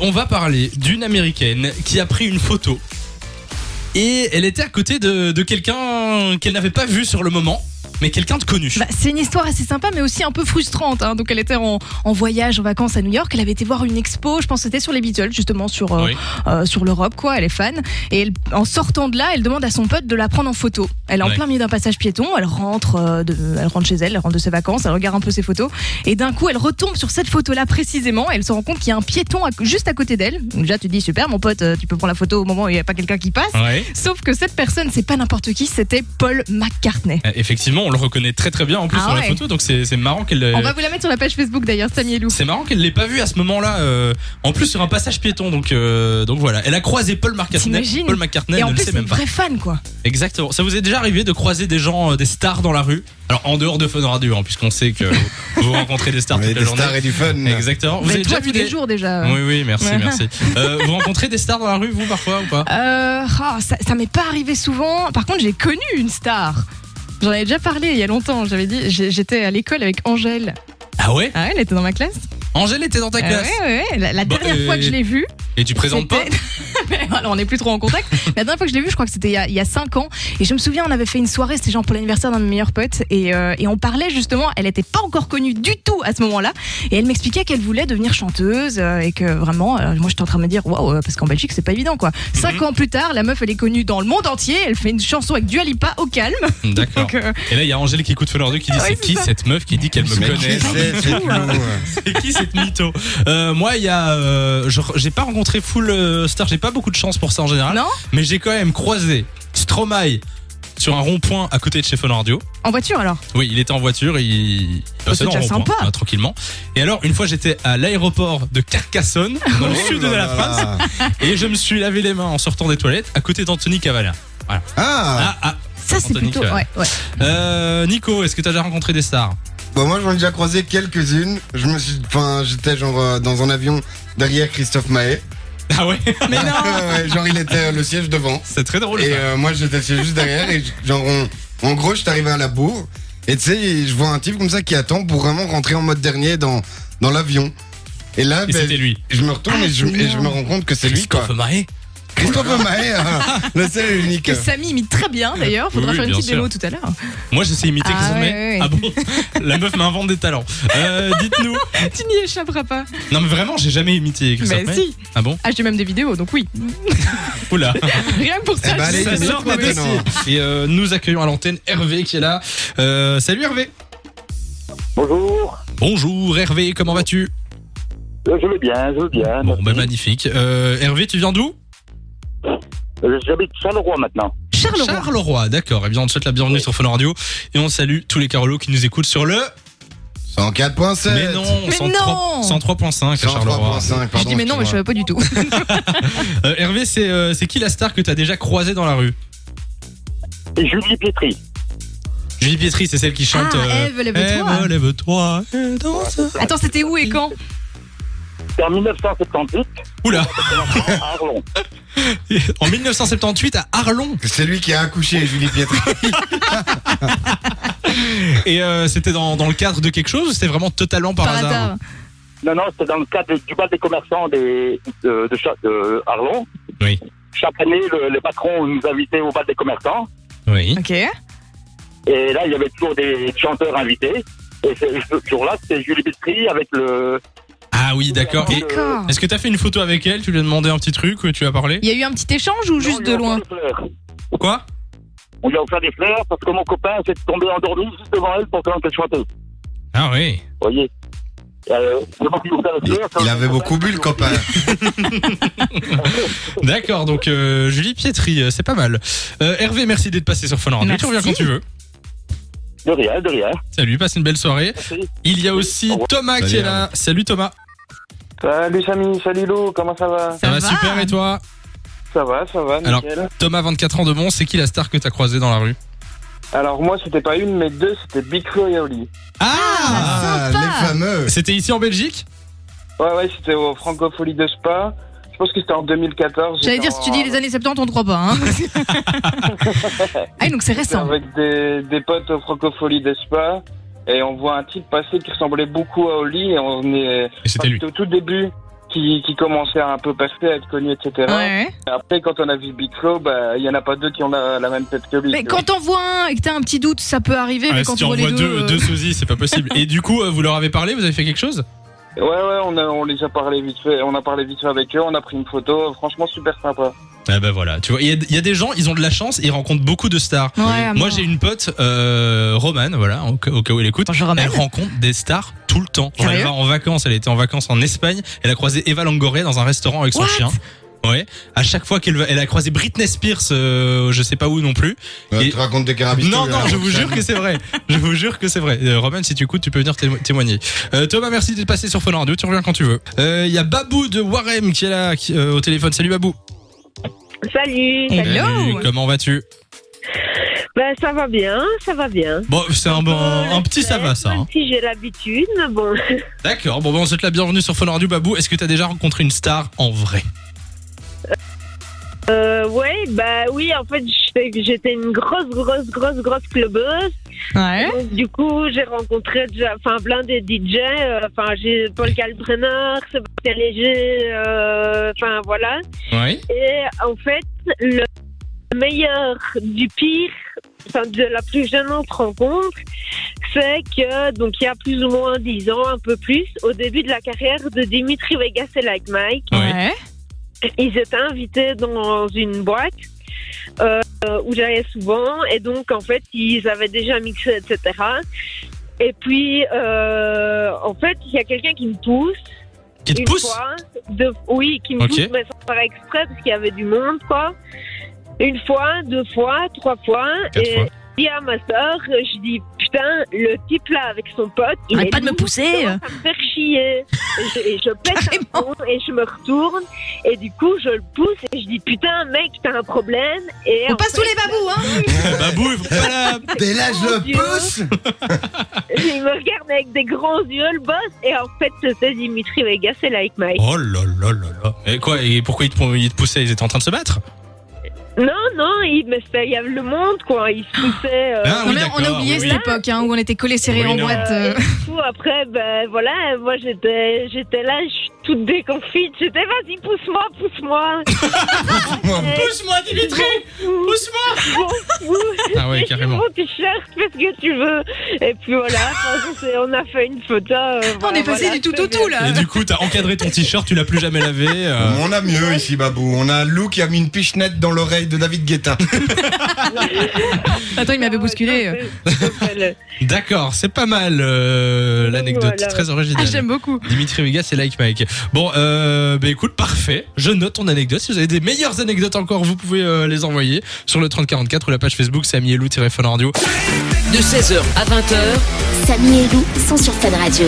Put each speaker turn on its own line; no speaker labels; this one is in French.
On va parler d'une américaine qui a pris une photo et elle était à côté de, de quelqu'un qu'elle n'avait pas vu sur le moment, mais quelqu'un de connu.
Bah, c'est une histoire assez sympa, mais aussi un peu frustrante. hein. Donc, elle était en, en voyage, en vacances à New York. Elle avait été voir une expo, je pense que c'était sur les Beatles, justement, sur, euh,
Oui.
euh, sur l'Europe, quoi. Elle est fan. Et elle- en sortant de là, elle demande à son pote de la prendre en photo. Elle est en
Ouais.
plein milieu d'un passage piéton. Elle rentre, euh, de, elle rentre chez elle, elle rentre de ses vacances, elle regarde un peu ses photos. Et d'un coup, elle retombe sur cette photo-là précisément. Elle se rend compte qu'il y a un piéton à- juste à côté d'elle. Donc Déjà, tu te dis, super, mon pote, euh, tu peux prendre la photo au moment où il n'y a pas quelqu'un qui passe.
Ouais.
Sauf que cette personne, c'est pas n'importe qui, c'était Paul McCartney.
Euh, Effectivement, on le reconnaît très très bien en plus
Ah
sur la
ouais.
photo, donc c'est c'est marrant qu'elle.
On va vous la mettre sur la page Facebook d'ailleurs, Samy et Lou.
C'est marrant qu'elle l'ait pas vu à ce moment-là. euh, en plus sur un passage piéton, donc euh, donc voilà, elle a croisé Paul McCartney.
T'imagines
Paul McCartney
Et
ne
en
le
plus,
sait
c'est une
même pas.
vraie fan, quoi.
Exactement. Ça vous est déjà arrivé de croiser des gens, euh, des stars dans la rue Alors en dehors de Fun Radio, hein, puisqu'on sait que vous rencontrez des stars
Mais
toute la
des
journée.
stars et du fun.
Exactement. Vous
Mais
avez déjà
toi, tous
vu
les
des
jours déjà.
Oui, oui, merci,
Ouais.
merci. Euh, vous rencontrez des stars dans la rue, vous, parfois, ou pas
Euh, ah, ça, ça m'est pas arrivé souvent. Par contre, j'ai connu une star. J'en avais déjà parlé il y a longtemps. J'avais dit, j'ai- j'étais à l'école avec Angèle.
Ah ouais
Ah ouais, elle était dans ma classe.
Angèle était dans ta
Ah
classe.
ouais, ouais, ouais. La, la
Bah,
dernière
euh,
fois que je l'ai vue.
Et tu présentes pas
c'était- Mais voilà, on n'est plus trop en contact. La dernière fois que je l'ai vue, je crois que c'était il y a- il y a 5 ans. Et je me souviens, on avait fait une soirée, c'était genre pour l'anniversaire d'un de mes meilleurs potes. Et, euh, et on parlait justement, elle n'était pas encore connue du tout à ce moment-là. Et elle m'expliquait qu'elle voulait devenir chanteuse euh, et que vraiment, euh, moi j'étais en train de me dire, waouh, euh, parce qu'en Belgique, c'est pas évident quoi.
Mhm.
5 ans plus tard, la meuf, elle est connue dans le monde entier. Elle fait une chanson avec Dua Lipa au calme.
D'accord.
Donc, euh,
Et là, il y a Angèle qui écoute Fun Radio qui dit
Ah ouais,
C'est
c'est
qui
ça.
cette meuf qui dit qu'elle me
Mais qui
connaît
c'est, cette
tout, hein.
Lou,
C'est qui cette mytho Euh, Moi, il y a. euh, je- j'ai pas rencontré full euh, star, j'ai pas beaucoup de chance pour ça en général.
non
Mais j'ai quand même croisé Stromae sur un rond-point à côté de chez Fun Radio.
En voiture alors
Oui, il était en voiture, il il passait
Oh, c'est
dans le
déjà
rond-point,
sympa.
hein, tranquillement. Et alors, une fois, j'étais à l'aéroport de Carcassonne, dans le
Oh
sud de
là
la
là
France.
là.
Et je me suis lavé les mains en sortant des toilettes à côté d'Anthony Cavalla.
Ah,
Ah, ah.
Ça, c'est
Anthony
plutôt.
Cavalla.
Ouais, ouais.
Euh, Nico, est-ce que t'as déjà rencontré des stars
Bon, moi j'en ai déjà croisé quelques-unes. Je me suis, enfin, j'étais genre euh, dans un avion derrière Christophe Maé.
Ah ouais
Mais non
Ouais, genre il était euh, le siège devant
C'est très drôle.
et
ça.
euh, moi j'étais le siège juste derrière et j- genre on- en gros je suis arrivé à la bourre et tu sais je vois un type comme ça qui attend pour vraiment rentrer en mode dernier dans dans l'avion. Et là
Et
ben,
c'était lui.
je me retourne
Ah,
et, je,
c'est
et je
énorme.
me rends compte que c'est lui quoi.
Christophe Maé.
Christophe Maé, euh, le seul et unique.
Que Samy imite très bien d'ailleurs. Faudra
Oui,
faire une
bien
petite
sûr.
démo tout à l'heure.
Moi, je sais imiter
Ah
Christophe
ouais,
Maé.
ouais, ouais.
Ah bon La meuf m'invente des talents. Euh, Dites-nous.
tu n'y échapperas pas.
Non, mais vraiment, j'ai jamais imité Christophe
Mais
Maé.
si.
Ah bon
Ah, j'ai même des vidéos, donc oui.
Mm. Oula.
Rien que pour ça,
Eh ben,
je-
allez,
Ça
imite-moi
sort des
maintenant.
dossiers. Et euh, nous accueillons à l'antenne Hervé qui est là. Euh, salut Hervé.
Bonjour,
Bonjour Hervé, comment vas-tu
Euh, je vais bien, je vais bien.
Bon,
ben,
bah magnifique. Euh, Hervé, tu viens d'où
Euh, J'habite Charleroi maintenant.
Charleroi.
Charleroi, d'accord. Eh bien, on te souhaite la bienvenue sur Fun Radio et on salue tous les Carolos qui nous écoutent sur le.
104.7.
Mais non,
Mais
103
non
103.5 à Charleroi.
103.5,
je dis mais non, mais je savais pas du tout.
Euh, Hervé, c'est euh, c'est qui la star que t'as déjà croisée dans la rue
Et Julie Pietri.
Julie Pietri, c'est celle qui chante.
Ah,
euh,
Ève, lève-toi.
Ève, lève-toi. euh, danse.
Attends, c'était où et quand
C'était en 1978
Oula,
à Arlon.
en 1978 à Arlon.
C'est lui qui a accouché, Julie Pietri.
Et euh, c'était dans, dans le cadre de quelque chose ou c'était vraiment totalement par,
Par
hasard,
hasard.
Non, non, c'était dans le cadre du bal des commerçants des, de, de Cha- de Arlon.
Oui.
Chaque année, le, le patron nous invitait au bal des commerçants.
Oui.
Ok.
Et là, il y avait toujours des chanteurs invités. Et c'est- ce jour-là, c'était Julie Pietri avec le.
Ah oui, d'accord. Et
D'accord.
Est-ce que t'as fait une photo avec elle Tu lui as demandé un petit truc ou tu as parlé
Il y a eu un petit échange ou juste
Non,
de
on lui a
loin
offert des fleurs.
Quoi
On lui a offert des fleurs parce que mon copain s'est tombé endormi juste devant elle pendant qu'elle chantait. Vous
Ah oui.
voyez Euh, je pense qu'il nous fait des fleurs,
Il
ça-
avait beaucoup bu, le copain.
D'accord, donc euh, Julie Pietri, euh, c'est pas mal. Euh, Hervé, merci d'être passé sur Fun Radio. Tu
Merci.
reviens quand tu veux.
De rien, de rien.
Salut, passe une belle soirée.
Merci.
Il y a aussi
Au revoir.
Thomas qui
Salut,
est là. Salut Thomas.
Salut Samy, salut Lou, comment ça va
Ça, va, super et toi
Ça va, ça va,
Alors-
nickel. Alors,
Thomas, 24 ans de Mons, c'est qui la star que t'as croisée dans la rue
moi c'était pas une mais deux, c'était Big Flo et Oli.
Ah,
Ah, sympa.
les fameux.
C'était ici en Belgique
Ouais ouais, c'était au Francofolie de Spa. Je pense que c'était en 2014.
J'allais
j'étais
dire, si tu dis
en-
les années 70, on ne croit pas. Hein. ah, donc c'est
j'étais
récent.
avec des, des potes au Francofolie de Spa et on voit un type passer qui ressemblait beaucoup à Oli et on est
Et c'était lui.
au tout début. qui, qui commençaient à un peu passer, à être connus, etc.
Ouais.
Et Après, quand on a vu Big Flo, bah, il y en a pas deux qui ont la, la même tête que lui.
Mais
tu
quand t'en vois un et que t'as un petit doute, ça peut arriver.
Ah,
mais
si
quand
tu
on voit les
envoies
deux,
deux,
euh,
deux sosies, c'est pas possible. Et du coup, euh, vous leur avez parlé Vous avez fait quelque chose
vois. Ouais, ouais, on, a, on les a parlé vite fait, on a parlé vite fait avec eux, on a pris une photo, franchement super sympa.
Ah bah voilà, tu vois, il y, a- il y a des gens, ils ont de la chance, ils rencontrent beaucoup de stars.
euh, Ouais, à
Moi
Ah, mort.
j'ai une pote, euh, Romane, voilà, au, cas- au cas où elle écoute.
Bonjour, Romane.
Elle rencontre des stars tout le temps. Genre, elle
Sérieux
va en vacances, elle était en vacances en Espagne, elle a croisé Eva Longoria dans un restaurant avec son
What
chien. Ouais, à chaque fois qu'elle va, elle a croisé Britney Spears, euh, je sais pas où non plus.
Euh,
Et-
Tu racontes des carabistouilles.
Non, non,
hein.
je vous jure que c'est vrai. Je vous jure que c'est vrai. Euh, Roman, si tu écoutes, tu peux venir témo- témoigner. Euh, Thomas, merci d'être passé sur Fun Radio. Tu reviens quand tu veux. Euh, Il y a Babou de Warem qui est là qui- euh, au téléphone. Salut Babou.
Salut.
Hello.
Salut, comment vas-tu
Ben ça va bien, ça va bien.
Bon, c'est un, bon,
Bon,
un petit ça va ça.
Même
hein.
si j'ai l'habitude, mais bon.
D'accord. Bon, ben, on souhaite la bienvenue sur Fun Radio. Babou, est-ce que t'as déjà rencontré une star en vrai
Euh, ouais, bah oui, en fait, je sais que j'étais une grosse, grosse, grosse, grosse clubeuse.
Hein?
Ouais.
Donc, du coup, j'ai rencontré déjà, enfin, plein des DJ. euh, Enfin, j'ai Paul Kalbrenner, Sébastien Léger, euh, enfin, voilà.
Oui.
Et en fait, le meilleur du pire, enfin de la plus gênante rencontre, c'est que, donc il y a plus ou moins 10 ans, un peu plus, au début de la carrière de Dimitri Vegas et Like Mike,
Oui.
Ouais.
ils étaient invités dans une boîte. euh, où j'allais souvent et donc en fait ils avaient déjà mixé etc et puis euh, en fait il y a quelqu'un qui me pousse
Qui te
une
pousse
fois, deux- oui, qui me
Ok.
pousse, mais sans faire exprès, parce qu'il y avait du monde, quoi. Une fois, deux fois, trois fois.
Quatre
et
fois.
je dis à ma soeur, je dis, putain, le type là, avec son pote, il
Arrête
est
pas de me
lourd,
pousser. euh.
Ça me faire chier. et, je, et je pète un
Carrément.
plomb, et je me retourne. Et du coup, je le pousse et je dis, putain, mec, t'as un problème. Et
On
en
passe
fait,
tous les babous, hein.
Babou, faut pas la-
Et là, je
Oh,
le
Dieu.
pousse
Il me regarde avec des grands yeux, le boss. Et en fait, c'était Dimitri Vegas et Like Mike.
Oh là là là là. Et quoi Et pourquoi ils te, ils te poussaient Ils étaient en train de se battre
Non, non, il, mais c'était- il y avait le monde, quoi. Il se poussait. euh,
Ah,
Non,
oui,
mais on a
d'accord,
oublié
oui,
cette
oui.
époque hein, où on était collés serrés
Oui,
en
non.
boîte. euh.
Euh, Du coup, après, ben voilà, moi j'étais, j'étais là, je suis toute déconfite. J'étais, vas-y, pousse-moi, pousse-moi. Euh,
Pousse-moi, Dimitri
Pousse,
Pousse-moi
pousse.
Ah ouais,
Fais sur
carrément.
Mon t-shirt, fais ce que tu veux. Et puis voilà, enfin, c'est- on a fait une photo. euh,
Ah. On
voilà,
est passé
voilà,
du tout
c'était
au tout là.
Et du coup, t'as encadré ton t-shirt, tu l'as plus jamais lavé. euh.
On a mieux ici, Babou. On a Lou qui a mis une pichenette dans l'oreille de David Guetta.
Attends, il m'avait
bien.
bousculé.
Voilà.
D'accord, c'est pas mal euh, l'anecdote,
Voilà.
très
Ah,
originale.
J'aime beaucoup.
Dimitri Vegas et Like Mike. Bon, euh, bah écoute, parfait. Je note ton anecdote. Si vous avez des meilleures anecdotes encore, vous pouvez euh, les envoyer sur le 3044 ou la page Facebook Samy Elou-Fun Radio.
de 16h à 20h.
Samy et Lou sont sur Fan Radio.